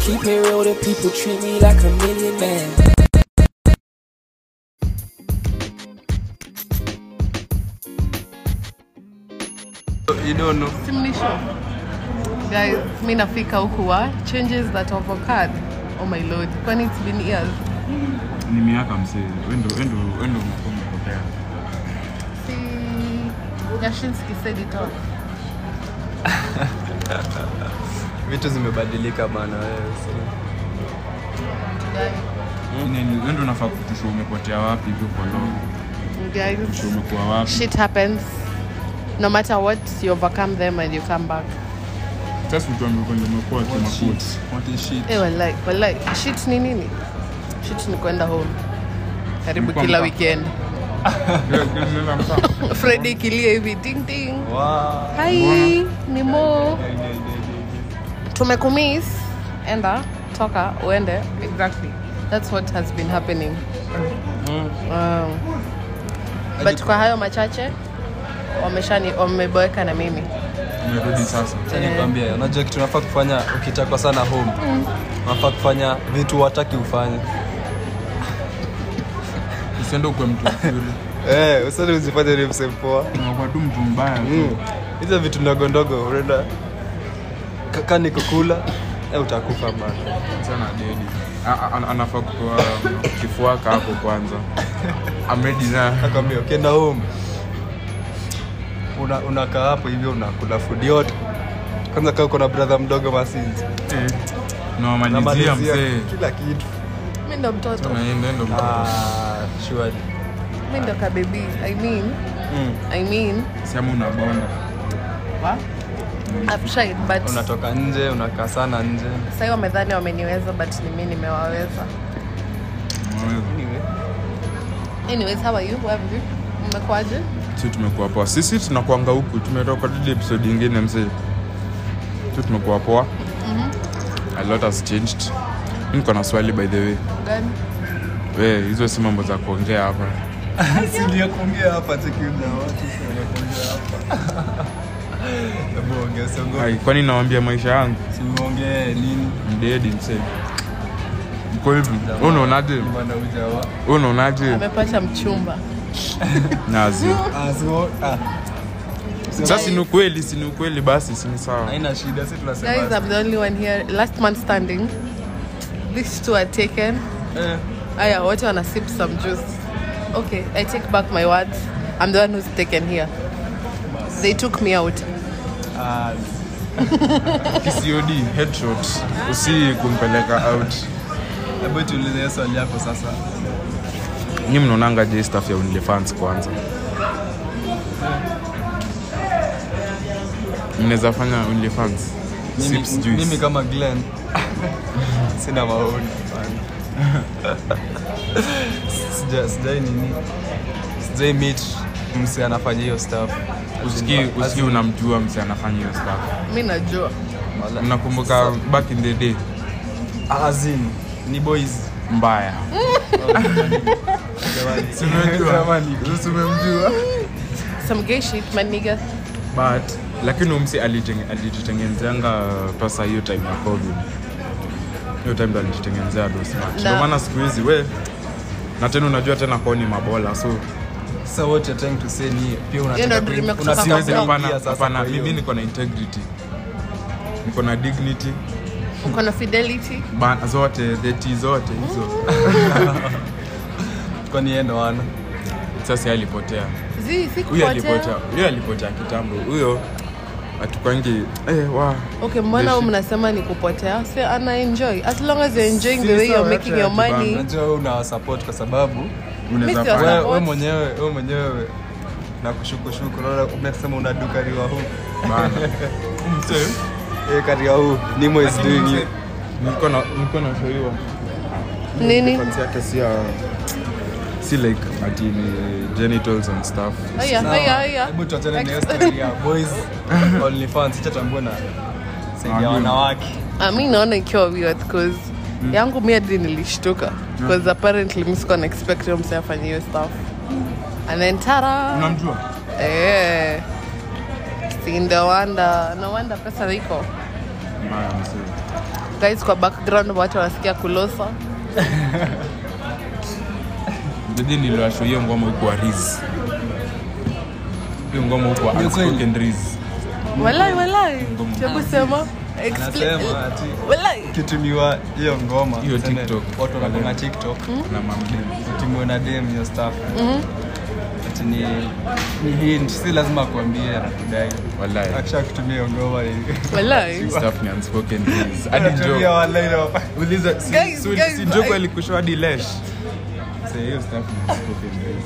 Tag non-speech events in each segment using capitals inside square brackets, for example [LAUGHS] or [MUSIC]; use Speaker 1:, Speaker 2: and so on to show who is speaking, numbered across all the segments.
Speaker 1: the people treat me like a million man.
Speaker 2: You don't know.
Speaker 3: Suluhisho. Guys, mi nafika huku wa changes that have occurred. Oh my lord, kwani it's been years.
Speaker 2: Ni miaka msee. Wendo wendo wendo mko mkopea.
Speaker 4: Hmm?
Speaker 3: Si Yashinsky said it all.
Speaker 4: vitu zimebadilika bana wewe, si-
Speaker 2: Yaani, Ni wendo unafaa kutusha umepotea wapi hivyo kwa long.
Speaker 3: Guys,
Speaker 2: Sio umekuwa wapi?
Speaker 3: shit happens. No matter what, you overcome them and you come back.
Speaker 2: Sasa mtu amekuwa nimekuwa kimakuti.
Speaker 4: What is shit?
Speaker 3: Eh, wallahi, wallahi, shit ni nini? Shit ni kwenda home. Karibu
Speaker 2: Ulikuwa
Speaker 3: kila
Speaker 2: mka-
Speaker 3: weekend.
Speaker 2: Wewe kuzungumza mtaa.
Speaker 3: Freddy kilie hivi ting ting.
Speaker 4: Wow.
Speaker 3: Hi, ni Mo. Tumekumiss. Enda, toka, uende. Exactly. That's what has been happening.
Speaker 4: Mm.
Speaker 3: Um, but kwa hayo machache wameshani wameboeka na mimi. Eh,
Speaker 2: Umerudi sasa.
Speaker 4: [LAUGHS] Acha nikwambie, unajua kitu unafaa kufanya ukitakwa sana home unafaa kufanya vitu wataki ufanye
Speaker 2: Usiende kwa mtu mzuri.
Speaker 4: Eh, usali uzifanye ni msempoa
Speaker 2: Unakuwa tu mtu mbaya.
Speaker 4: Mm. hizo vitu ndogo ndogo unaenda kaka ni kukula eh, utakufa bana
Speaker 2: sana dedi A- a- anafaa kutoa kifuaka hapo kwanza
Speaker 4: [LAUGHS]
Speaker 2: amedina
Speaker 4: akwambia ukienda home una- unakaa hapo hivyo unakula food yote kwanza kaa uko na brother mdogo masinzi
Speaker 2: nawamalizia msee
Speaker 4: kila kitu
Speaker 3: Mimi ndo mtoto,
Speaker 2: naendendo
Speaker 4: ah, surely.
Speaker 3: mimi ndo kabebi. I mean,
Speaker 4: Mm.
Speaker 3: I mean,
Speaker 2: sema unabonda
Speaker 3: wa? I've tried but
Speaker 4: unatoka nje unakaa sana nje
Speaker 3: sasa wamedhani wameniweza but ni mimi nimewaweza.
Speaker 2: Unaweza.
Speaker 3: Anyways, how are you? How have you? Mmekuaje?
Speaker 2: si tumekuwa poa sisi tunakuanga huku tumetoka dili episode ingine msee tu tumekuwa poa a lot has changed mi niko na swali by the way
Speaker 3: Gani?
Speaker 2: we hizo si mambo za kuongea hapa
Speaker 4: sindiakuongea hapa chekiuna watu sinakuongea hapa [LAUGHS] Hebu ongea, usiongoe.
Speaker 2: Ai, kwani nawambia maisha yangu
Speaker 4: Usiongee, nini
Speaker 2: mdedi msee mko hivi Wewe unaonaje
Speaker 4: bwana ujawa
Speaker 2: Wewe unaonaje
Speaker 3: Amepata mchumba.
Speaker 2: nazi
Speaker 4: Ah, so- ah.
Speaker 2: sasa si ni ukweli si ni ukweli basi si ni sawa
Speaker 4: haina shida si tunasema
Speaker 3: Guys, I'm the only one here. Last man standing. These two are taken.
Speaker 4: eh,
Speaker 3: Aya, watu wana sip some juice. Okay, I take back my words. I'm the one who's taken here. They took me out.
Speaker 4: ah,
Speaker 2: PCOD headshot usi kumpeleka out
Speaker 4: hebu tuulize hiyo swali yako sasa
Speaker 2: nyi mnaonanga je staff ya OnlyFans kwanza mnaweza fanya OnlyFans
Speaker 4: Mimi-
Speaker 2: Sips juice.
Speaker 4: mimi kama Glenn [LAUGHS] sina maoni [LAUGHS] Sija- sijai nini sijai meet msi anafanya hiyo stuff
Speaker 2: Usiki, usiki unamjua msi anafanya hiyo staff
Speaker 3: Mi najua.
Speaker 2: unakumbuka back in the day
Speaker 4: azin ni boys
Speaker 2: mbaya
Speaker 4: [LAUGHS] Jamani.
Speaker 2: Si unajua?
Speaker 4: Jamani.
Speaker 2: Si umemjua
Speaker 3: Some gay shit, my nigga.
Speaker 2: but lakini umsi aliteng- alijitengenezanga pesa hiyo time ya covid hiyo time ndo alijitengenezea dosmat
Speaker 3: Na-
Speaker 2: ndomaana siku hizi we na tena unajua tena kwao ni mabola so
Speaker 4: so what you're trying to say ni pia
Speaker 3: Hiyo ndio
Speaker 4: unataka
Speaker 3: dream ya
Speaker 4: kuin-
Speaker 3: kutoka
Speaker 4: unataka
Speaker 3: kwa
Speaker 2: siwezi
Speaker 3: Sawa.
Speaker 2: hapana
Speaker 4: kuingia sasa
Speaker 2: hapana
Speaker 4: kwa hiyo.
Speaker 2: mimi niko na integrity niko na dignity
Speaker 3: Uko na fidelity.
Speaker 2: ba- zote dheti zote hizo [LAUGHS]
Speaker 4: kwani yeye ndo ana
Speaker 2: sasa yeye alipotea
Speaker 3: Zi, si
Speaker 2: huyo
Speaker 3: kupotea.
Speaker 2: alipotea huyo alipotea kitambo huyo atukwangi eh, wa
Speaker 3: Okay, mbona
Speaker 2: Yes.
Speaker 3: huu mnasema ni kupotea? Say, ana enjoy. As long as you're enjoying the
Speaker 2: Si
Speaker 3: way you're
Speaker 2: sawa,
Speaker 3: making your
Speaker 2: hata ya
Speaker 3: money.
Speaker 4: unajua wewe unawasupport kwa sababu
Speaker 2: unaweza
Speaker 3: Missy was
Speaker 2: fanya
Speaker 4: wewe
Speaker 3: Support.
Speaker 4: wewe mwenyewe wewe mwenyewe na kushukushuku unaona unasema unadukariwa huu
Speaker 2: bana
Speaker 4: [LAUGHS]
Speaker 2: msee
Speaker 4: Eh, karia huu nimo is doing you
Speaker 2: nilikuwa na- nilikuwa nashauriwa
Speaker 3: Nini?
Speaker 2: fans yake si ya si like ati ni genitals and stuff
Speaker 3: Aya,
Speaker 4: Sawa.
Speaker 3: aya, aya.
Speaker 4: hebu tuachane na hiyo
Speaker 3: Next.
Speaker 4: story ya
Speaker 3: [LAUGHS]
Speaker 4: boys only fans acha tambue na saidia
Speaker 2: Wajua.
Speaker 4: wanawake
Speaker 3: Ah, mi naona ikiwa weird cause yangu mi hadi nilishtuka because apparently mi sikuwa na expect huyo msee afanye hiyo stuff and then tara
Speaker 2: unamjua
Speaker 3: eh si no wonder no wonder pesa iko
Speaker 2: mbaya msee
Speaker 3: guys kwa background watu wanasikia kulosa
Speaker 2: Jiji niliwasho hiyo ngoma huko Riz. Hiyo ngoma huko
Speaker 4: Ni kweli?
Speaker 2: Unspoken Riz.
Speaker 3: walai walai hebu sema
Speaker 4: Nasema
Speaker 3: Expli-
Speaker 4: ati
Speaker 3: walai
Speaker 4: ukitumiwa hiyo ngoma
Speaker 2: Hiyo
Speaker 4: tuseme,
Speaker 2: TikTok. Mm-hmm.
Speaker 4: watu wanakona tiktok
Speaker 2: Na mamdem.
Speaker 4: tumiwe na dem hiyo staff
Speaker 2: Mm-hmm.
Speaker 4: ati ni ni hint si lazima kuambie anakudai
Speaker 2: Walai.
Speaker 4: akisha kutumia hiyo ngoma hivi
Speaker 3: walai
Speaker 2: Stuff ni unspoken Riz.
Speaker 4: [LAUGHS]
Speaker 2: Hadi
Speaker 4: Anatumia
Speaker 2: joke.
Speaker 4: walai na wapa-
Speaker 2: Uliza si-
Speaker 3: uh, Guys,
Speaker 2: si-
Speaker 3: guys,
Speaker 2: si joke
Speaker 3: I-
Speaker 2: alikushow hadi lesh. Say hiyo stuff ni unspoken Riz.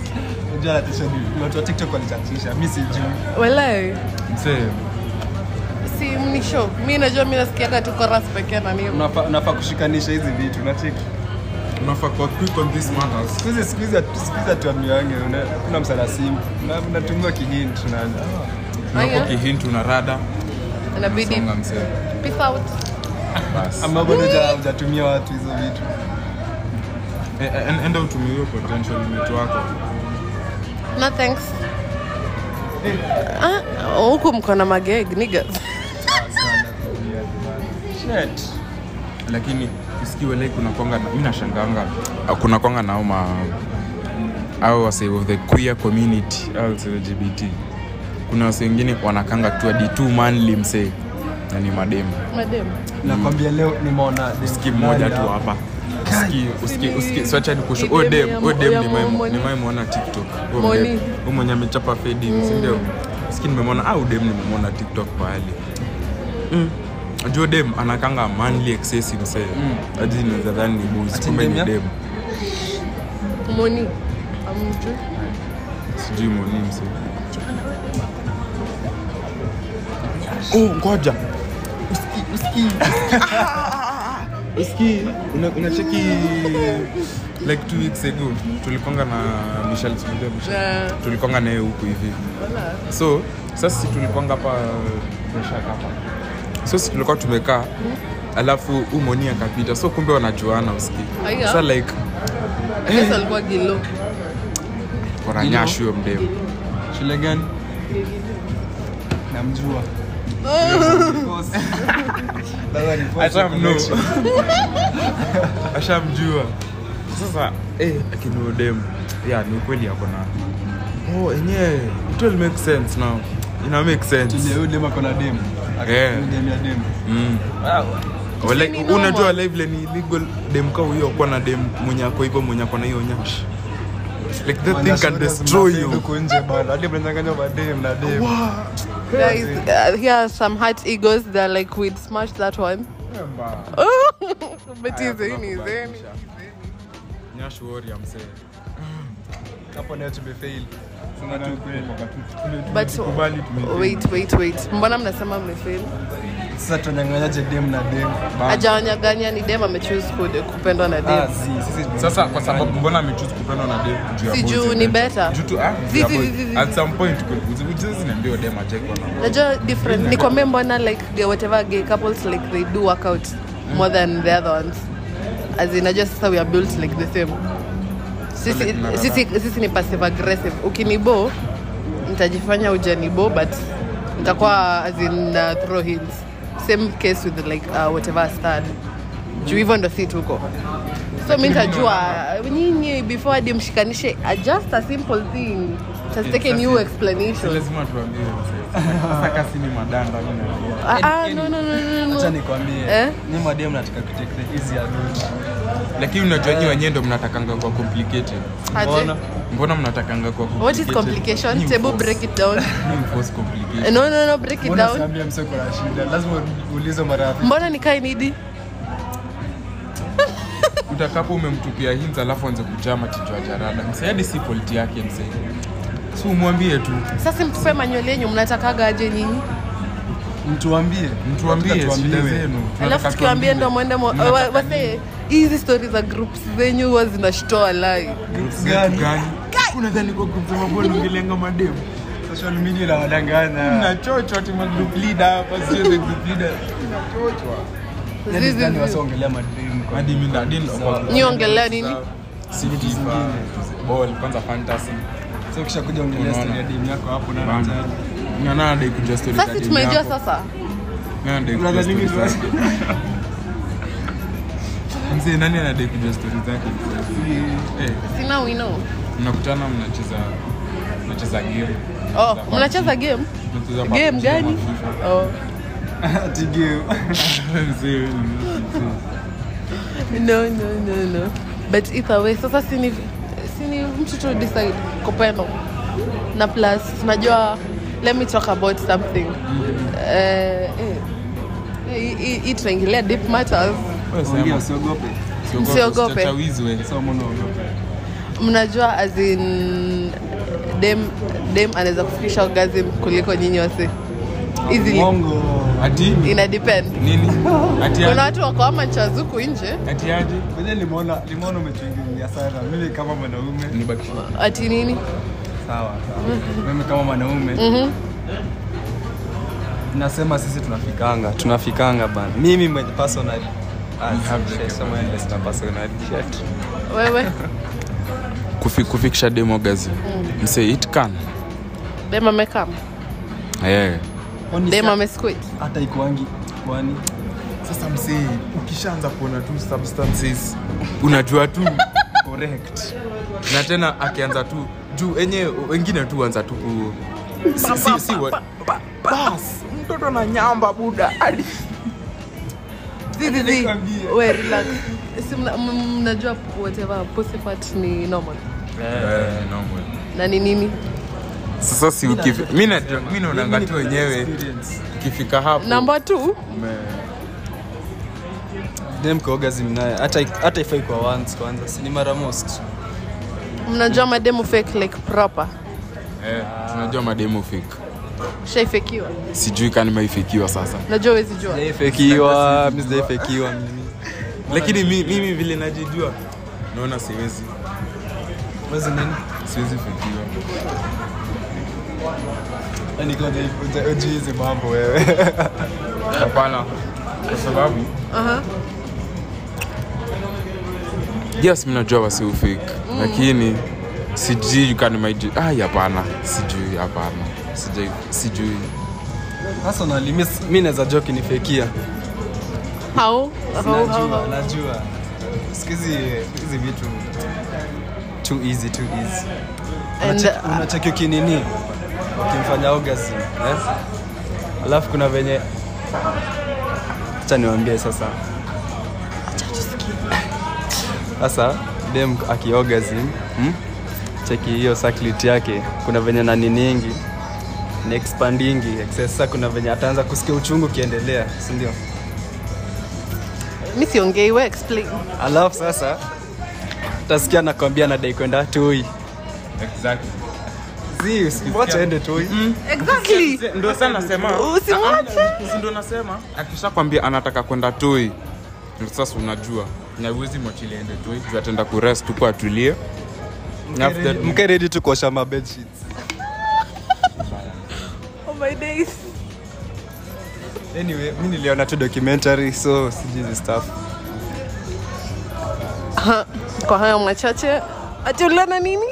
Speaker 4: Unajua anatisha ni watu wa tiktok walichachisha mi sijui
Speaker 3: walai
Speaker 2: Msee,
Speaker 3: si mnisho mi najua mi nasikiaga tuko ras pekee na nini
Speaker 4: Unafa- unafaa kushikanisha hizi vitu nacheki
Speaker 2: unafaa kuwa quick on these
Speaker 3: Oh,
Speaker 2: matters.
Speaker 4: Sikuhizi- sikuhizi hatu- sikuhizi hatuambiwangi, una- hakuna msala simu Na- mnatumiwa kihint tunaanza
Speaker 2: Unapo
Speaker 3: Aya.
Speaker 2: kihintu na rada,
Speaker 3: inabidi
Speaker 2: songa msee.
Speaker 3: peace out
Speaker 2: Bas.
Speaker 4: ama bado huja- hujatumia watu hizo vitu
Speaker 2: E- e- Enda utumie hiyo potential mate wako.
Speaker 3: no thanks Ah, huku mko na mageg niggas
Speaker 4: Shit.
Speaker 2: lakini usikiwe like kuna kwanga na mimi nashanganga kuna kwanga na uma au wase of the queer community au wase LGBT kuna wase wengine wanakanga tu hadi tu manly msee na ni mademu
Speaker 3: madem
Speaker 4: nakwambia leo nimeona dem
Speaker 2: siki mmoja
Speaker 4: fulani
Speaker 2: tu
Speaker 4: hapa.
Speaker 2: hapa Usiki- usiki- usiki- swacha ni kusho
Speaker 3: Ni
Speaker 2: oh
Speaker 3: demu
Speaker 2: dem
Speaker 3: ya-
Speaker 2: oh dem
Speaker 3: ya
Speaker 2: ni memo
Speaker 3: Moni.
Speaker 2: ni memo na TikTok oh
Speaker 3: Moni. Mm.
Speaker 2: dem oh mwenye amechapa fedi si ndio siki nimemwona au dem nimemwona TikTok pale mm jo dem anakanga manly excessive msee
Speaker 3: Mm.
Speaker 2: hadi naweza dhani ni boys
Speaker 4: Ati
Speaker 2: kumbe
Speaker 4: dem
Speaker 2: ni
Speaker 4: ya-
Speaker 2: dem
Speaker 3: moni amjui
Speaker 2: sijui Moni msee oh ngoja Uski, una- unacheki like two weeks ago tulikonga na Michelle tunajua Michelle
Speaker 3: Na-
Speaker 2: tulikonga naye huku hivi so sasa si tulikonga hapa Meshak hapa so si tulikuwa tumekaa alafu umoni akapita so kumbe wanajuana uski
Speaker 3: Aya.
Speaker 2: sa like
Speaker 3: Yes, alikuwa gilo
Speaker 2: wananyashu huyo mdemu
Speaker 4: shule gani namjua Boss. Baba ni boss wa connection.
Speaker 2: [LAUGHS] ashamjua sasa eh, akinudem ya ni ukweli ako na oh, enyewe it will make sense now ina make
Speaker 4: Tulia,
Speaker 2: sense
Speaker 4: huyu dem ako na dem Ako-
Speaker 2: Yeah.
Speaker 4: huyu dem ya dem
Speaker 2: mm. Wala-
Speaker 3: ni normal.
Speaker 2: unajua live le ni legal dem ka huyo akuwa na dem mwenye ako hivyo mwenye ako na hiyo nyash like that thing can
Speaker 4: Wanashoria
Speaker 2: destroy you
Speaker 4: zinapenda huko nje bana hadi mnachanganya madem na dem
Speaker 3: guys uh, here are some hot egos that are like we'd smash that one Oh, but izeni izeni
Speaker 2: nyash warrior msee
Speaker 4: hapo nayo tumefail Sema tu ukweli.
Speaker 3: but wait wait wait mbona mnasema mmefeli
Speaker 4: sasa tunanyanganyaje dem na dem
Speaker 3: ajawanyaganya ni dem amechuse ku- kupendwa na
Speaker 4: Ah,
Speaker 3: dem
Speaker 4: si, sisi tume-
Speaker 2: sasa kwa sababu mbona amechoose kupendwa na dem juu ya
Speaker 3: Si
Speaker 2: boys
Speaker 3: juu ni
Speaker 2: event?
Speaker 3: better.
Speaker 2: Juu tu- ah, juu ya
Speaker 3: Zi- zi-
Speaker 2: boys.
Speaker 3: zi- zi-
Speaker 2: at
Speaker 3: zi.
Speaker 2: some point niambiwa dem achekwa na
Speaker 3: najua different nikwambie mbona like gay- whatever gay couples like they do work out more than the other ones as in najua sasa we are built like the same sisi,
Speaker 2: Like mnadada.
Speaker 3: sisi, sisi ni passive aggressive ukinibo nitajifanya ujanibo but nitakuwa as in uh, throw hints same case with like uh, whatever star juu hivyo ndo si tuko so mi nitajua nyinyi before hadi mshikanishe uh, just a simple thing just take a new explanation
Speaker 2: lazima tuambie msee. Sasa kasi ni madanda mimi naambia.
Speaker 3: Ah, ah, no, no, no, no, no.
Speaker 4: acha nikwambie
Speaker 3: Eh?
Speaker 4: ni madem nataka kutake the easy route
Speaker 2: lakini unajuaji wenyewe ndo mnatakanga kwa complicated
Speaker 3: Aje.
Speaker 4: Mbona?
Speaker 2: mbona mnatakanga kwa
Speaker 3: What is
Speaker 2: complicated?
Speaker 3: complication?
Speaker 2: Ni
Speaker 3: Tebu,
Speaker 2: mforce-
Speaker 3: break it down. Eh,
Speaker 2: ni mforce complication.
Speaker 3: No, no, no, break it
Speaker 4: Mbona
Speaker 3: down.
Speaker 4: siambia mseko na shida lazima uulize marafiki
Speaker 3: Mbona nikae nidi?
Speaker 2: utakapo umemtupia hints alafu anze kuchama kichwa cha rada msee hadi si fault yake msee si umwambie tu
Speaker 3: Sasa mtupe manyoli yenyu mnatakaga aje nyinyi?
Speaker 4: mtuambie
Speaker 2: mtuambie
Speaker 4: Tunataka
Speaker 2: shida
Speaker 4: tuambiwe.
Speaker 2: zenu
Speaker 3: Alafu tukiambie ndo mwende mwa- wa-
Speaker 2: Mnataka
Speaker 3: wase hizi stori za groups zenyu huwa zinashtoa lai.
Speaker 4: Groups
Speaker 2: Gani?
Speaker 4: gani
Speaker 2: unadhani kwa group za mabwana ungelenga mademu
Speaker 4: social media na wadanganya
Speaker 2: mnachochwa ati magroup leader hapa sio the group leader
Speaker 3: Zizi,
Speaker 4: yani
Speaker 3: zizi.
Speaker 4: wasiongelea madem kwa
Speaker 2: hadi mimi ndani
Speaker 3: Nyi ongelea nini?
Speaker 2: si FIFA ball kwanza fantasy
Speaker 4: so kisha kuja ongelea
Speaker 2: Unaona.
Speaker 4: story ya dem yako hapo na
Speaker 2: Bana.
Speaker 4: anataja
Speaker 2: Na nani
Speaker 4: Yaani
Speaker 2: anadai kujua story za
Speaker 3: Sasa
Speaker 2: demu
Speaker 3: tumejua
Speaker 2: yako?
Speaker 3: sasa.
Speaker 2: Nani anadai
Speaker 4: Brother,
Speaker 2: [LAUGHS] kujua story
Speaker 4: nini
Speaker 2: zake? mzee nani anadai kujua stori zake Eh,
Speaker 3: sina wino
Speaker 2: mnakutana mnacheza mnacheza game
Speaker 3: oh, mnacheza game
Speaker 2: Mnacheza
Speaker 3: game
Speaker 2: PUBG
Speaker 3: gani
Speaker 2: ama FIFA. [LAUGHS]
Speaker 3: oh.
Speaker 2: Mzee, wewe ni mzee.
Speaker 3: no, no, no, no. but either way sasa sini sini mtu tu decide kopeno na plus najua let me talk about something Eh, eh, hii- hii- hii tunaingilia deep matters
Speaker 2: Wewe sema.
Speaker 4: Ongea, usiogope.
Speaker 2: Usiogope,
Speaker 3: Msiogope.
Speaker 2: usichata wizi wewe.
Speaker 4: Sawa, mbona uogope?
Speaker 3: mnajua as in dem dem anaweza kufikisha orgasm kuliko nyinyi wase easily
Speaker 4: Mwongo.
Speaker 2: Ati?
Speaker 3: ina depend [LAUGHS]
Speaker 2: Nini? Ati
Speaker 3: kuna
Speaker 2: aje?
Speaker 3: watu wako ama chazuku nje
Speaker 2: Ati aje?
Speaker 4: Kwenye limeona limeona umetuingilia sana. Mimi kama mwanaume
Speaker 2: Nibaki.
Speaker 3: ati nini
Speaker 4: sawa. sawa. Mimi kama mwanaume nasema sisi tunafikanga tunafikanga bana. Mimi mwenye personally Ah,
Speaker 2: We have the
Speaker 4: sasa mwenye sina personally shit.
Speaker 3: wewe
Speaker 2: Kufi- kufikisha demogazi
Speaker 3: Mm.
Speaker 2: mse it can
Speaker 3: dem amekam
Speaker 2: Eh.
Speaker 4: Oni
Speaker 3: dem
Speaker 4: sa-
Speaker 3: amesquit
Speaker 4: hata ikuangi kwani
Speaker 2: sasa msee ukishaanza kuona tu substances unajua [LAUGHS] tu
Speaker 4: correct.
Speaker 2: na tena akianza tu juu enye wengine tu anza tu ku si, si, si, wa- bas mtoto na nyamba buda hadi
Speaker 3: zizizi
Speaker 4: Nikwambie.
Speaker 2: Eh,
Speaker 3: we relax Si mna- m- mnajua whatever pussy fat ni normal
Speaker 2: Eh,
Speaker 3: na ni nini
Speaker 2: sasa si ukivi mimi najua mimi naonanga tu wenyewe
Speaker 4: Experience.
Speaker 2: ikifika hapo
Speaker 3: namba t
Speaker 4: Dem kwa orgasm naye hata hata ifai kwa once kwanza si ni mara most.
Speaker 3: mnajua mademu fake like proper
Speaker 2: eh, tunajua mademo fika
Speaker 3: shaifakiwa
Speaker 2: sijui kani maifikiwa sasa
Speaker 3: najua wezi jua
Speaker 4: Sijaifakiwa, mimi sijaifakiwa [LAUGHS] mimi.
Speaker 2: lakini mi- mimi vile najijua naona siwezi
Speaker 4: Wazi nini?
Speaker 2: siwezi fikiwa
Speaker 4: Yaani kwanza hivi, ujui hizi mambo wewe.
Speaker 2: hapana kwa sababu
Speaker 3: Aha.
Speaker 2: yes mnajua wasiufik mm. lakini sijui kani maiji ah, hapana sijui hapana Sijai- sijui
Speaker 4: Personally, mi- mi naweza jua ukinifakia.
Speaker 3: How? How, how,
Speaker 4: Najua,
Speaker 3: how?
Speaker 4: najua. Siku hizi hizi vitu too easy, too easy.
Speaker 3: And,
Speaker 4: Unacheki-
Speaker 3: uh,
Speaker 4: Unacheki ukinini ukimfanya orgasm, eh? Alafu kuna venye acha niwaambie sasa. Sasa dem aki orgasm, hmm? cheki hiyo circlet yake, kuna venye nani nyingi ni expandingi excess. Sasa kuna venye ataanza kusikia uchungu ukiendelea, si ndio?
Speaker 3: mi siongei we explain
Speaker 4: Alafu sasa tasikia anakwambia nadai kwenda toi,
Speaker 2: exactly.
Speaker 4: si Mm-hmm. usiku- wacha aende toi
Speaker 3: exactly
Speaker 2: ndo sa nasema
Speaker 3: Usimwache.
Speaker 2: Si ndo nasema akishakwambia anataka kwenda toi ndo sasa unajua na uwezi mwachilia ende toi juu ataenda kurest huko atulie After that,
Speaker 4: mke redi tu kuosha mabedshits
Speaker 3: oh my days
Speaker 4: anyway mi niliona tu documentary so sijui hizi stuff
Speaker 3: kwa hayo machache atiulana nini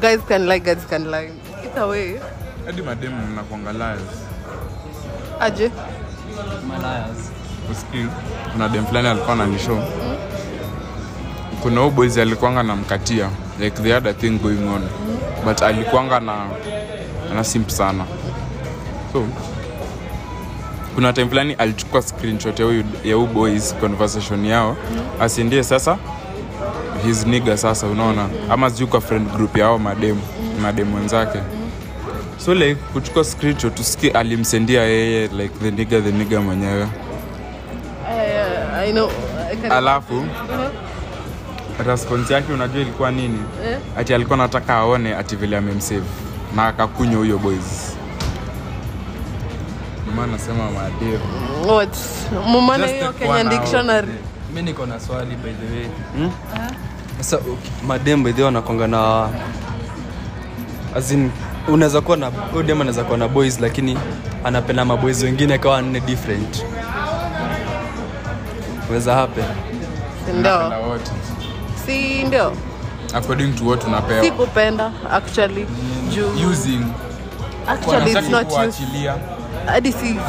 Speaker 3: guys can lie guys can lie either way
Speaker 2: hadi mademu mnakuangalia
Speaker 3: aje
Speaker 2: usikii kuna dem fulani alikuwa nanisho kuna huyu boys alikuanga namkatia like the other thing going on but alikuanga na ana simp sana so kuna time fulani alichukua screenshot ya huyu ya huyu boys conversation yao asindie sasa his nigga sasa unaona ama sijui kwa friend group yao mademu mademu wenzake so like kuchukua screenshot usiki alimsendia yeye like the nigga the nigga mwenyewe
Speaker 3: Eh, I know. I can-
Speaker 2: alafu
Speaker 3: Uh-huh.
Speaker 2: response yake unajua ilikuwa nini
Speaker 3: Eh?
Speaker 2: ati alikuwa nataka aone ati vile amemsave na akakunywa huyo boys Ndio maana nasema madevu
Speaker 3: What? Mumana
Speaker 2: Just
Speaker 3: hiyo
Speaker 2: take one
Speaker 3: Kenya
Speaker 2: hour.
Speaker 3: dictionary.
Speaker 4: mi niko na swali by the way Uh-huh. sasa uki- madem by the way wanakwanga na azin unaweza kuwa na huyu dem anaweza kuwa na boys lakini anapenda maboys wengine kawa nne different weza happen
Speaker 3: Si Ndio.
Speaker 2: Napenda wote
Speaker 3: Si ndio.
Speaker 2: according to what
Speaker 3: Si
Speaker 2: unapewa
Speaker 3: kupenda actually. Juu.
Speaker 2: using
Speaker 3: Actually it's Ah,
Speaker 2: wanataka
Speaker 3: not used.
Speaker 2: kuachilia
Speaker 4: Ah,
Speaker 3: Hadi si si-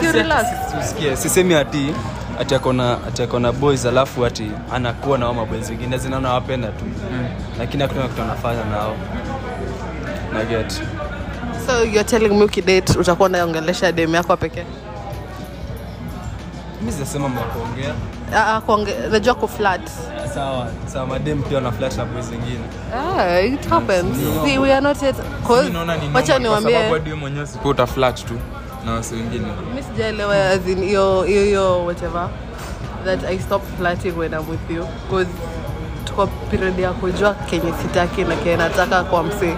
Speaker 3: si si relax.
Speaker 4: Usikie, sisemi ati ati ako na ati ako na boys alafu ati anakuwa na wao maboys wengine zinaona wapenda tu lakini hakuna kitu anafanya nao na get
Speaker 3: so you're telling me ukidate utakuwa unaongelesha dem yako pekee
Speaker 4: mi sijasema mwakuongea
Speaker 3: Ah, ah, kuonge- najua kuflat
Speaker 4: sawa sawa madem pia wana flash na boys wengine
Speaker 3: Ah, it happens. See, we are not yet. 'cause-
Speaker 2: Mimi naona ni
Speaker 3: Wacha
Speaker 2: normal, kwa sababu
Speaker 3: niwaambie
Speaker 2: hadi wewe mwenyewe usipo uta flirt tu na wasi wengine
Speaker 3: mi sijaelewa as in hiyo hiyo hiyo whatever that I stop flirting when I'm with you cause tuko period ya kujua kenye sitaki na kenye nataka kwa msee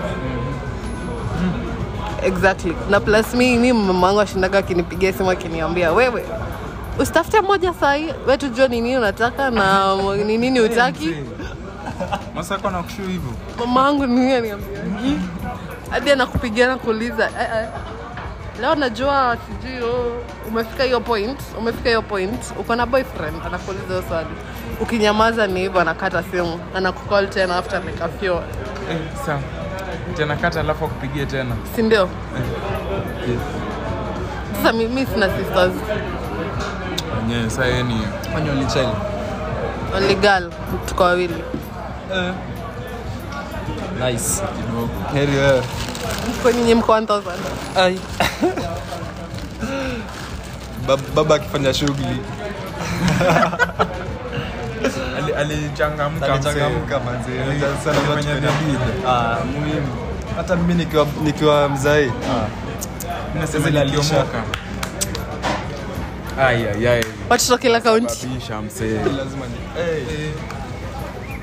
Speaker 3: exactly na plus mi mi mamangu ashindaga akinipigia simu akiniambia wewe usitafute moja sahii we tujue ni nini unataka na [LAUGHS] ni nini utaki
Speaker 2: masako na kushu hivyo
Speaker 3: mama wangu nini aniambia hadi anakupigia na kuuliza "Eh, eh, leo najua sijui oh, umefika hiyo point umefika hiyo point uko na boyfriend anakuuliza hiyo swali ukinyamaza ni hivyo anakata simu anakukol tena after like a few hours.
Speaker 2: eh, sawa tena kata alafu akupigie tena
Speaker 3: si ndio sasa mi- mi sina sisters
Speaker 2: wenyewe saa yeye ni
Speaker 4: fanya ulichali
Speaker 3: only girl tuko wawili
Speaker 4: nice
Speaker 2: kidogo
Speaker 4: heri wewe
Speaker 3: mko nyinyi mko 1000
Speaker 4: ai [LAUGHS] Bab- baba akifanya shughuli
Speaker 2: Ali- alichangamka mzee.
Speaker 4: alichangamka manzi
Speaker 2: Sana kwenye bidii.
Speaker 4: Ah, muhimu hata mimi nikiwa nikiwa mzai
Speaker 2: Mimi nasema
Speaker 4: Zile alisha.
Speaker 2: nikiomoka ayayay
Speaker 3: watoto kila kaunti
Speaker 2: babisha msee
Speaker 4: lazima ni Eh,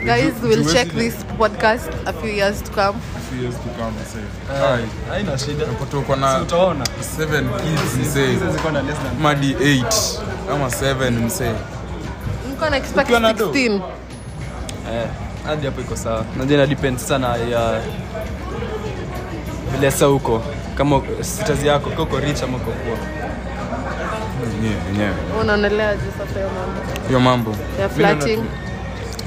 Speaker 4: hey.
Speaker 3: guys we'll
Speaker 2: Tuwezi-
Speaker 3: check this podcast a few years to come
Speaker 2: serious to come msee
Speaker 4: Ai,
Speaker 2: ay
Speaker 4: eh, haina shida
Speaker 2: napoto uko
Speaker 4: Si
Speaker 2: na
Speaker 4: utaona
Speaker 2: 7 kids msee
Speaker 4: Hizo ziko na less than
Speaker 2: madi 8 ama 7 msee
Speaker 3: mko na expect
Speaker 4: Ukiwa na do.
Speaker 3: 16
Speaker 4: Eh, hadi hapo iko sawa najua ina depend sana ya vile sa huko kama status yako kama uko rich ama uko poor
Speaker 2: wenyewe wenyewe
Speaker 3: unaoneleaje sasa hiyo mambo
Speaker 2: hiyo mambo
Speaker 3: ya
Speaker 2: Mimi naona-
Speaker 3: flirting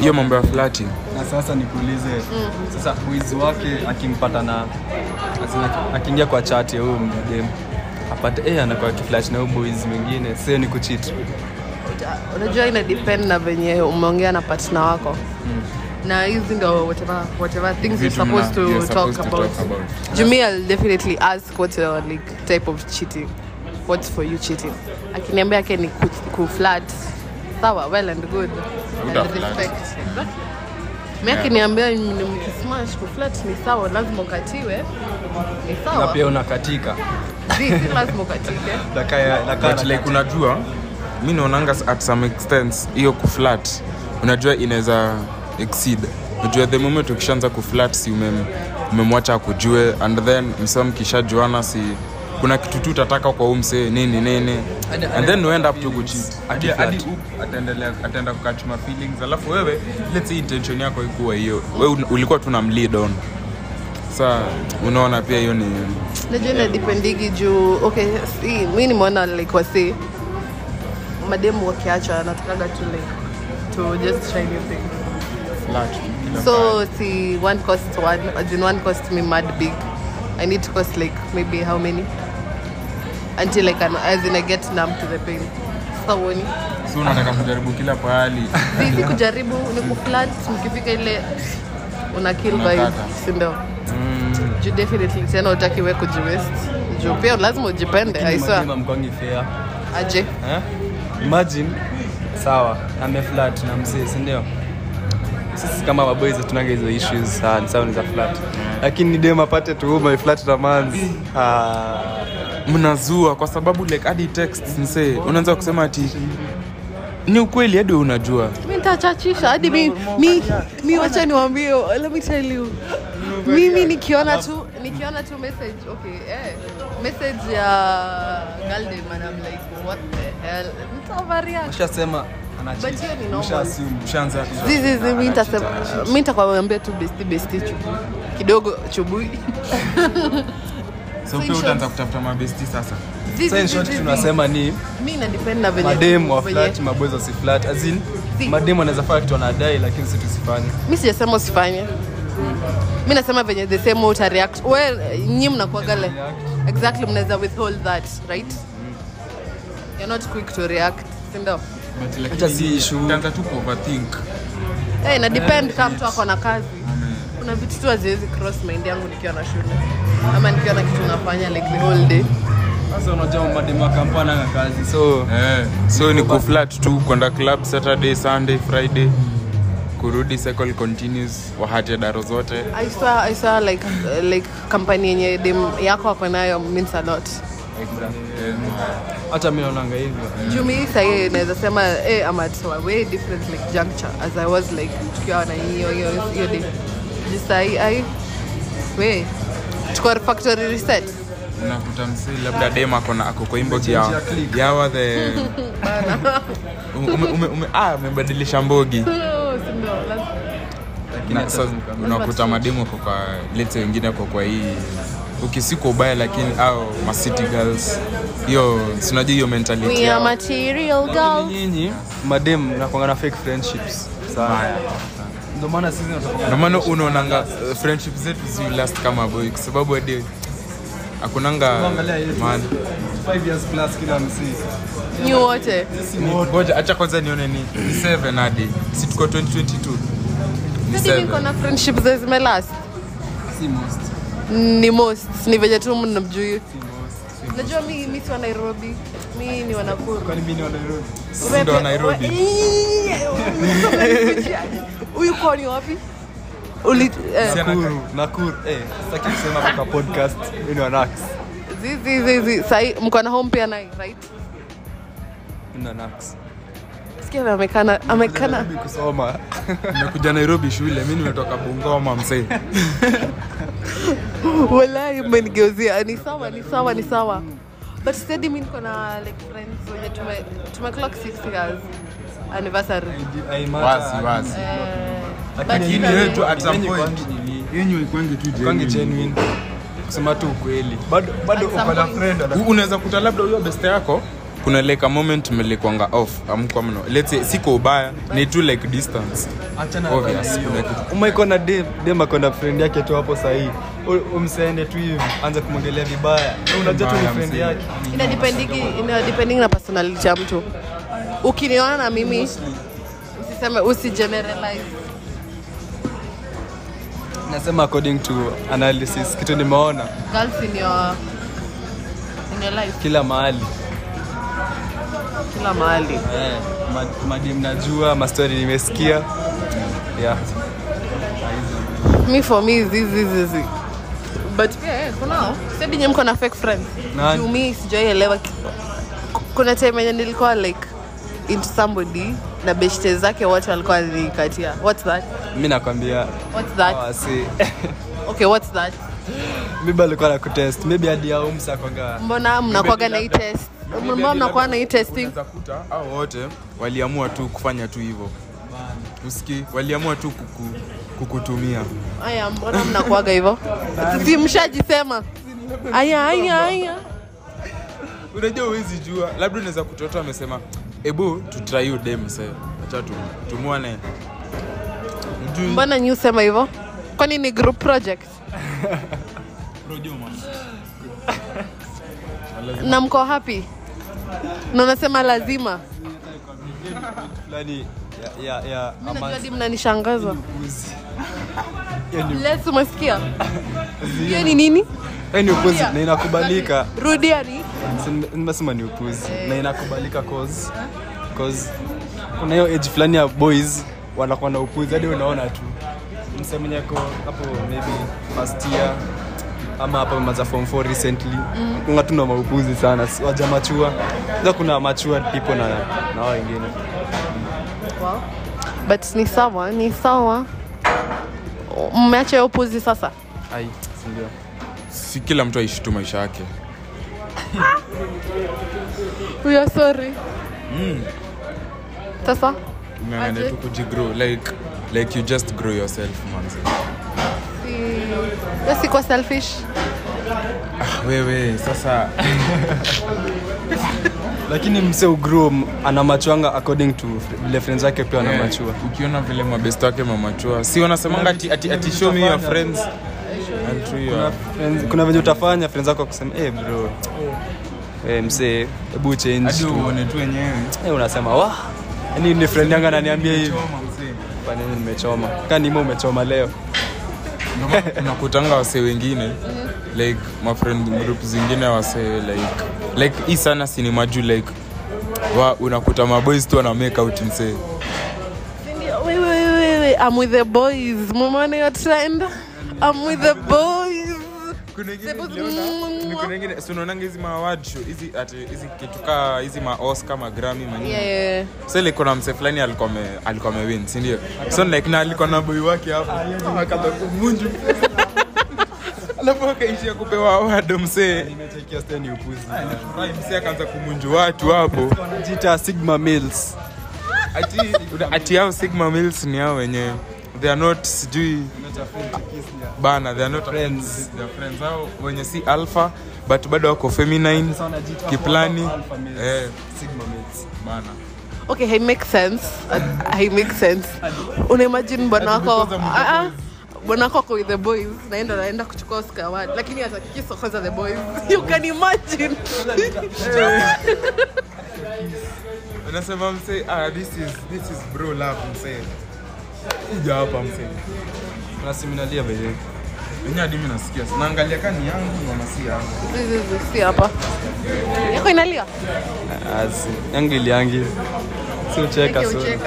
Speaker 2: hiyo mambo ya flati
Speaker 4: na sasa nikuulize sasa wizi wake akimpata na asina- akiingia kwa chat ya huyo mdem apate eh anakuwa kiflash na huyo boys mwingine sio ni kuchit
Speaker 3: unajua ina depend na venye umeongea na partner wako na hizi ndo whatever, whatever things you're
Speaker 2: Mm. Vitu mna-
Speaker 3: supposed to
Speaker 2: you're
Speaker 3: talk
Speaker 2: supposed to
Speaker 3: about,
Speaker 2: talk about.
Speaker 3: Jumia will definitely ask what your like type of cheating what's for you cheating akiniambia yake ni ku- kuflat sawa well and good And
Speaker 2: Utaflirt.
Speaker 3: respect. Exactly. Mi akiniambia ni mkismash kuflat ni sawa lazima ukatiwe ni
Speaker 4: na
Speaker 3: sawa
Speaker 4: pia unakatika
Speaker 3: Si- si lazima ukatike
Speaker 4: Nakaya- nakaa
Speaker 2: but
Speaker 4: na
Speaker 2: like unajua mi naonanga s- at some extent hiyo kuflat unajua inaweza exceed unajua the moment ukishaanza kuflat si umem- umemwacha akujue and then msaa mkishajuana si kuna kitu tu utataka kwa umsee nini nini
Speaker 4: Hadi-
Speaker 2: and then
Speaker 4: hadi-
Speaker 2: you end up to
Speaker 4: feelings.
Speaker 2: kucheat
Speaker 4: Hadi-
Speaker 2: akiflirt.
Speaker 4: hadi
Speaker 2: Ataendelea- ataenda kukachuma feelings alafu wewe let's say intention yako ikuwa hiyo we ulikuwa tu na mlead on saa unaona pia hiyo ni
Speaker 3: najua inadipendigi juu okay si, mi nimeona like wasi mademu wakiacha anatakaga tu like to just try new things
Speaker 2: flat kila
Speaker 3: so si one cost one as in one cost me mad big i need to cost like maybe how many until like an, as in i get numb to the pain sawoni
Speaker 2: so unataka kujaribu kila pahali
Speaker 3: zizi kujaribu ni kuflat mkifika ile una kill vibe
Speaker 2: Unakata.
Speaker 3: sindo juu definitely tena utaki we kujiwest juu pia lazima ujipende
Speaker 4: Lakini
Speaker 3: aiswa
Speaker 4: madem hamkuangi fair.
Speaker 3: aje
Speaker 4: Eh? imagine sawa ameflat na mzee sindio sisi kama maboys tunanga hizo issues sana sawa ni za flat lakini dem apate tu my flat na manzi ah
Speaker 2: mnazua kwa sababu like hadi text msee unaweza Eh, kusema ati ni ukweli hadi wewe unajua
Speaker 3: mi ntachachisha hadi mi, mi, mi wacha niwambie let me tell you mimi nikiona tu nikiona tu message okay eh, message ya galde madam like what the hell ntaoverreact
Speaker 4: ushasema
Speaker 3: But hiyo ni normal.
Speaker 2: ushaanza
Speaker 3: zizizi mi ntasema mi ntakwambia tu besti besti chubui kidogo chubui
Speaker 2: so pia utaanza kutafuta mabesti sasa
Speaker 3: Zizi, zizi, zizi.
Speaker 4: tunasema ni
Speaker 3: mi nadepend na venye-
Speaker 4: mademu wa
Speaker 3: venye-
Speaker 4: flat maboys wasi flat as in
Speaker 3: Si.
Speaker 4: mademu anaweza fanya kitu anadai lakini si tusifanye
Speaker 3: mi sijasema usifanye mi nasema venye the same way utareact we nyi mnakuagale exactly mnaweza withhold that right you're not quick to react sindo
Speaker 2: But
Speaker 4: Hata si issue.
Speaker 2: Utaanza tu kuoverthink.
Speaker 3: hey, na depend kama mtu ako na kazi kuna vitu tu haziwezi cross mind yangu nikiwa na shule ama nikiwa na kitu nafanya like the whole day
Speaker 4: sasa unajua mademu wa kampana na kazi so
Speaker 2: Eh, so ni kuflat tu kwenda club Saturday, Sunday, Friday kurudi cycle continues wahate daro zote
Speaker 3: I swear, I swear like, uh, like kampani yenye dem yako ako nayo means a lot
Speaker 2: Eh,
Speaker 4: hata mi naonanga hivyo
Speaker 3: juu mi sahii naweza sema eh, I'm at a way different like juncture as I was like tukiwa na hiyo hiyo hiyo day Juu sahii ai we tuko factory reset
Speaker 2: unakuta msi labda dem ako na- ako kwa inbox ya yawa the Ume- ume- ume- ah, umebadilisha mbogi
Speaker 3: Oh, si ndio, lazima
Speaker 2: Na- so, unakuta mademu ako kwa lete wengine ako kwa hii ukisiko ubaya lakini au masiti girls hiyo sinajua hiyo mentality
Speaker 3: We are
Speaker 2: yao.
Speaker 3: material girls.
Speaker 4: nyinyi madem nakwanga na fake friendships sana ndio maana sisi tunataka
Speaker 2: Ndio maana unaonanga uh, friendship zetu si last kama boy kwa sababu hadi akunanga
Speaker 4: Angalia yetu. 5 years plus kila msi
Speaker 3: Nyi wote.
Speaker 2: ngoja acha kwanza nione ni 7 hadi si tuko 2022 ni
Speaker 3: Sasa hivi niko
Speaker 2: seven.
Speaker 3: na friendships zenye zimelast.
Speaker 4: si most
Speaker 3: Ni most, ni venye tu mnamjui. Najua mi mi si wa Nairobi. Mi ni wa Nakuru.
Speaker 4: kwani mimi ni wa Nairobi
Speaker 2: Sisi ndo wa Nairobi
Speaker 3: Iiii, umenikujia. Huyu kwa ni wapi? Uli eh,
Speaker 2: Sisi
Speaker 4: Nakuru Nakuru eh sitaki kusema kwa podcast mimi ni wa Nax
Speaker 3: zi zi zi zi. Sai mko na home pia naye, right?
Speaker 4: mimi ni wa Nax
Speaker 3: Sikia amekana amekana. [GASPS]
Speaker 4: Mimi kusoma
Speaker 2: nimekuja Nairobi shule mimi nimetoka Bungoma mzee
Speaker 3: Wallahi mmenigeuzia. Ni sawa, ni sawa, ni sawa. But steady mimi niko na like friends wenye tume tume clock 6 years anniversary.
Speaker 2: wazi wazi
Speaker 3: Eh,
Speaker 2: Lakini
Speaker 3: but-
Speaker 2: wewe tu at some point yenyewe ikwangi tu
Speaker 4: kwangi genuine kusema tu ukweli bado bado
Speaker 3: At some
Speaker 4: uko na
Speaker 3: point.
Speaker 4: friend ana-
Speaker 2: U- unaweza kuta labda huyo beste yako kuna like a moment mlikwanga off amkwa mno let's say siko ubaya ni tu like distance
Speaker 4: achana
Speaker 2: obvious
Speaker 4: na
Speaker 2: kuna kitu
Speaker 4: umaiko na dem dem akona friend yake tu hapo sahii umsaende tu hivi anza kumwongelea vibaya Na unajua tu ni
Speaker 2: Vibaya,
Speaker 4: friend
Speaker 2: msee.
Speaker 4: yake
Speaker 3: Ina depending ina depending na personality ya mtu. Ukiniona na mimi usiseme usigeneralize.
Speaker 4: nasema according to analysis kitu nimeona
Speaker 3: Girls in your in your life
Speaker 4: kila mahali
Speaker 3: kila mahali.
Speaker 4: eh, ma- madem najua mastori nimesikia yeah.
Speaker 3: Mi for me zizi zizi. But pia eh, kuna sadi nyinyi mko na fake friends.
Speaker 4: Nani?
Speaker 3: Juu mi sijaielewa ki- kuna time yenye nilikuwa like into somebody na beshte zake wote walikuwa wanikatia. What's that?
Speaker 4: mi nakwambia
Speaker 3: What's that?
Speaker 4: [LAUGHS] awasi
Speaker 3: Okay, what's that?
Speaker 4: miba alikuwa na kutest maybe hadi aumsa kwanga
Speaker 3: Mbona mnakuwaga na hii test? Mbona mnakuwa na hii testing?
Speaker 2: unaweza kuta au wote waliamua tu kufanya tu hivyo usiki waliamua tu kuku, kukutumia
Speaker 3: Aya, mbona mnakuaga hivyo? Si mshajisema. Aya, aya, aya.
Speaker 2: unajua huwezi jua labda unaweza kutoto amesema ebu tutrai hiyo dem sasa acha tu tumwone Ujui-
Speaker 3: Mbona nyi usema hivyo? Kwani ni group project? Na mko happy? Na unasema lazima.
Speaker 4: fulani Yaani, ya, ya, ya
Speaker 3: Mimi najua
Speaker 4: amanzi
Speaker 3: hadi mnanishangaza. [LAUGHS]
Speaker 4: uzi hiyo ni-
Speaker 3: Bless umesikia? Hiyo ni nini?
Speaker 4: hiyo ni yaani upuzi na inakubalika
Speaker 3: Rudia ni.
Speaker 4: Si- nimesema ni upuzi na inakubalika cause cause kuna hiyo age fulani ya boys wanakuwa na upuzi hadi unaona tu msemenyako hapo maybe first year ama hapa maza form 4 recently kuna tuna maupuzi sana si- wajamachua sasa kuna mature people na na wao wengine
Speaker 3: Wow. But ni sawa, ni sawa. Mmeacha hiyo puzi sasa.
Speaker 4: ai sindio
Speaker 2: si kila mtu aishi tu maisha yake
Speaker 3: We are sorry. Sasa
Speaker 2: umeangania
Speaker 3: Aje.
Speaker 2: tu kujigrow like like you just grow yourself manzi
Speaker 3: si yo si kwa selfish.
Speaker 2: wewe sasa
Speaker 4: lakini mse ugrow anamachuanga according to vile friends zake pia anamachua
Speaker 2: ukiona vile mabest wake mamachua si wanasemanga ati, ati, ati show me your friends I'll show you your-
Speaker 4: Friends- kuna venye utafanya friends zako kusema hey bro hey, Eh, msee hebu change
Speaker 2: hadi
Speaker 4: tu."
Speaker 2: uone tu wenyewe
Speaker 4: Eh, unasema wa yani ni friend yangu ananiambia hivi
Speaker 2: Choma mzee.
Speaker 4: "Kwa nini nimechoma kani nimo umechoma leo
Speaker 2: Ndio maana unakutanga wasee wengine like mafriend group zingine wasee like like hii sana sinima juu like wa unakuta maboys tu ana make out msee
Speaker 3: Wait, wait, wait, wait. I'm with the boys. Mumone your trend. I'm with the boys.
Speaker 2: kuna ingine
Speaker 3: Sebu-
Speaker 2: niliona- ni kuna ingine si unaonanga hizi ma award show hizi ati hizi kitu kaa hizi ma oscar ma grammy ma nini.
Speaker 3: Yeah, yeah.
Speaker 2: so like kuna mse fulani alikuwa ame- alikuwa amewin si ndio so like na alikuwa na boy wake hapo akaanza kumunju [LAUGHS] alafu akaishia kupewa award msee
Speaker 4: nimechekia stani upuzi
Speaker 2: Alifurahi, msee akaanza kumunju watu hapo
Speaker 4: jita sigma mills
Speaker 2: ati ati hao sigma males ni hao wenyewe they are not sijui bana they are not friends they are friends hao wenye si alpha but bado wako feminine kiplani eh bana
Speaker 3: Okay, hey, make sense. Uh, hey, make sense. Unaimagine bwana wako
Speaker 2: because I'm with the
Speaker 3: Ah, ah. bwana wako ako with the boys naenda naenda kuchukua Oscar award lakini atakisa kwanza the boys. [LAUGHS] You can imagine.
Speaker 2: unasema mse ah, this is this is bro love mse kuja hapa mse
Speaker 4: nasiminalia bedhe
Speaker 2: wenyewe hadi mimi nasikia naangalia kani yangu na masi yangu
Speaker 3: This is- si hapa. Yako inalia?
Speaker 4: yangu iliangi si ucheka
Speaker 3: Okay,
Speaker 4: so
Speaker 3: ucheka.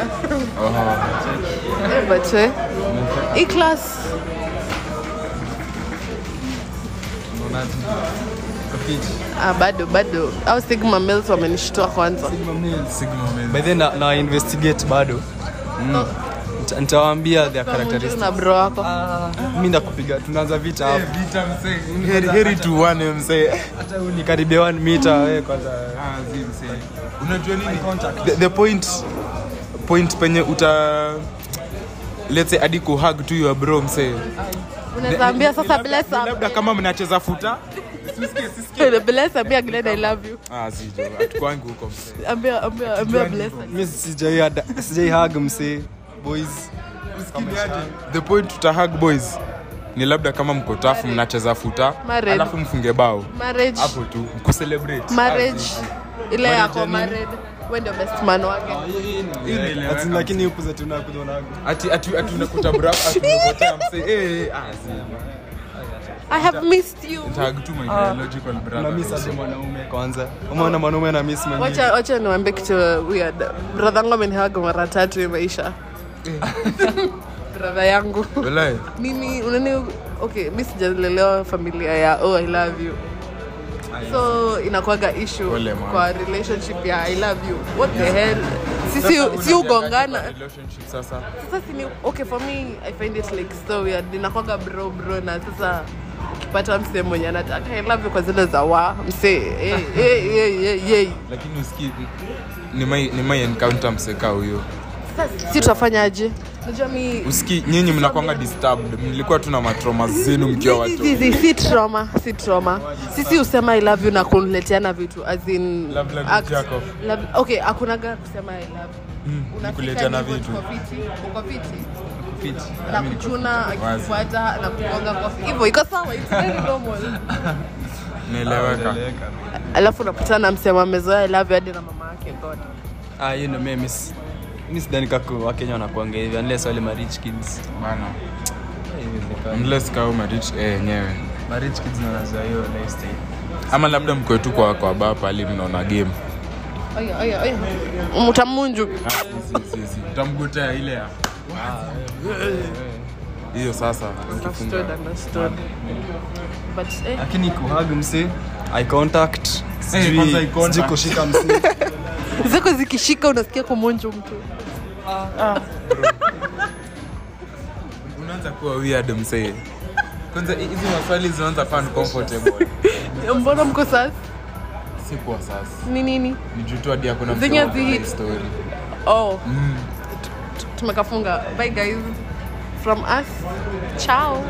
Speaker 3: Eh, [LAUGHS] but eh. Hii class ah, bado bado au sigma males wamenishtua kwanza.
Speaker 2: sigma male
Speaker 4: bedhe na, na investigate bado Mm. Nita- nitawaambia their
Speaker 3: Mtu
Speaker 4: characteristics
Speaker 3: na bro wako.
Speaker 2: Ah,
Speaker 4: mi ndakupiga tunaanza vita
Speaker 2: Eh,
Speaker 4: hapo
Speaker 2: vita mse heri, heri tuane mse
Speaker 4: hata huyu ni karibia 1 mita wewe kwanza
Speaker 2: Ah, zi mse. unajua nini the, the point point penye uta let's say hadi kuhug tu your bro mse
Speaker 3: Unaweza ambia sasa bless
Speaker 2: labda
Speaker 3: up.
Speaker 2: kama mnacheza futa sisikie sisikie
Speaker 3: [LAUGHS] Bless up, Glenn, I love you.
Speaker 2: ah sijo atukwangi huko mse
Speaker 3: Ambia ambia ambia bless up.
Speaker 4: mi sijai- sijai hug msee boys
Speaker 2: the point tutahag boys ni labda kama mko tafu mnacheza futa
Speaker 3: Married.
Speaker 2: alafu mfunge bao
Speaker 3: marriage
Speaker 2: hapo tu mkucelebrate
Speaker 3: marriage ile yako
Speaker 2: ya nini?
Speaker 3: married we ndio best man wake
Speaker 4: Ati lakini huku zetu nakuja na hug.
Speaker 2: ati ati ati unakuta bra ati
Speaker 3: [LAUGHS]
Speaker 2: unakuta mse eh ah
Speaker 3: i have missed you
Speaker 2: tag to my
Speaker 3: Ah.
Speaker 2: biological
Speaker 4: Na miss
Speaker 2: brother
Speaker 4: hadi mwanaume kwanza umeona mwanaume na miss mwingine.
Speaker 3: wacha wacha niwaambie kitu weird brother yangu amenihaga mara tatu hii maisha Eh. [LAUGHS] brother yangu
Speaker 2: wallahi
Speaker 3: mimi unani okay mi sijalelewa familia ya oh i love you so inakuaga
Speaker 2: Pole,
Speaker 3: issue
Speaker 2: mama.
Speaker 3: kwa relationship ya i love you what the hell [LAUGHS] sisi si ugongana
Speaker 2: relationship sasa
Speaker 3: sasa sini okay for me i find it like so weird ninakwanga bro bro na sasa ukipata msee mwenye anataka I love you kwa zile za wa msee eh, eh, eh, eh, eh.
Speaker 2: lakini usikii nimai nimai encounter mseka huyo
Speaker 3: Sasa si tutafanya aje najua mi
Speaker 2: usikii nyinyi mnakwanga disturbed mlikuwa tu na matroma zenu mkiwa
Speaker 3: Si-
Speaker 2: watu
Speaker 3: si- si- si trauma si trauma sisi usema i love you na kunleteana vitu as in
Speaker 2: Love language
Speaker 3: act-
Speaker 2: yako. Hmm,
Speaker 3: love- okay hakunaga kusema i love you. Unafika
Speaker 2: kuleteana
Speaker 3: hivyo,
Speaker 2: vitu.
Speaker 3: tuko fiti, uko fiti na kuchuna akikufuata na kugonga kofi hivyo iko sawa it's very normal
Speaker 2: naeleweka
Speaker 3: alafu unapatana na msema amezoea I love you hadi na mama yake god
Speaker 4: Ah, hiyo ndio mimi miss. Mimi sidhani kako Wakenya wanakuanga hivi unless wale ma rich kids. Ah,
Speaker 2: bana unless kama marich eh yenyewe
Speaker 4: Ma rich kids ndio wanazoea hiyo lifestyle.
Speaker 2: ama labda mkwetu kwa kwa baba pale mnaona game
Speaker 3: oya oya oya mtamunju
Speaker 2: Ah, si, si, si. utamgotea ile ya hiyo sasa ukifunga.
Speaker 3: understood understood but eh
Speaker 4: Lakini kuhug msee, eye contact, sijui-
Speaker 2: kwanza eye contact.
Speaker 4: sijui kushika [LAUGHS] msee.
Speaker 3: zako zikishika unasikia kumunju mtu
Speaker 2: unaanza kuwa weird msee kwanza hizi maswali zinaanza fan comfortable
Speaker 3: Eh, mbona mko sasa
Speaker 2: [LAUGHS] si kwa sasa
Speaker 3: ni nini
Speaker 2: ni juu tu hadi hakuna
Speaker 3: Zenye
Speaker 2: msee wa
Speaker 3: zi-
Speaker 2: kuplay story
Speaker 3: oh tumekafunga bye guys from us ciao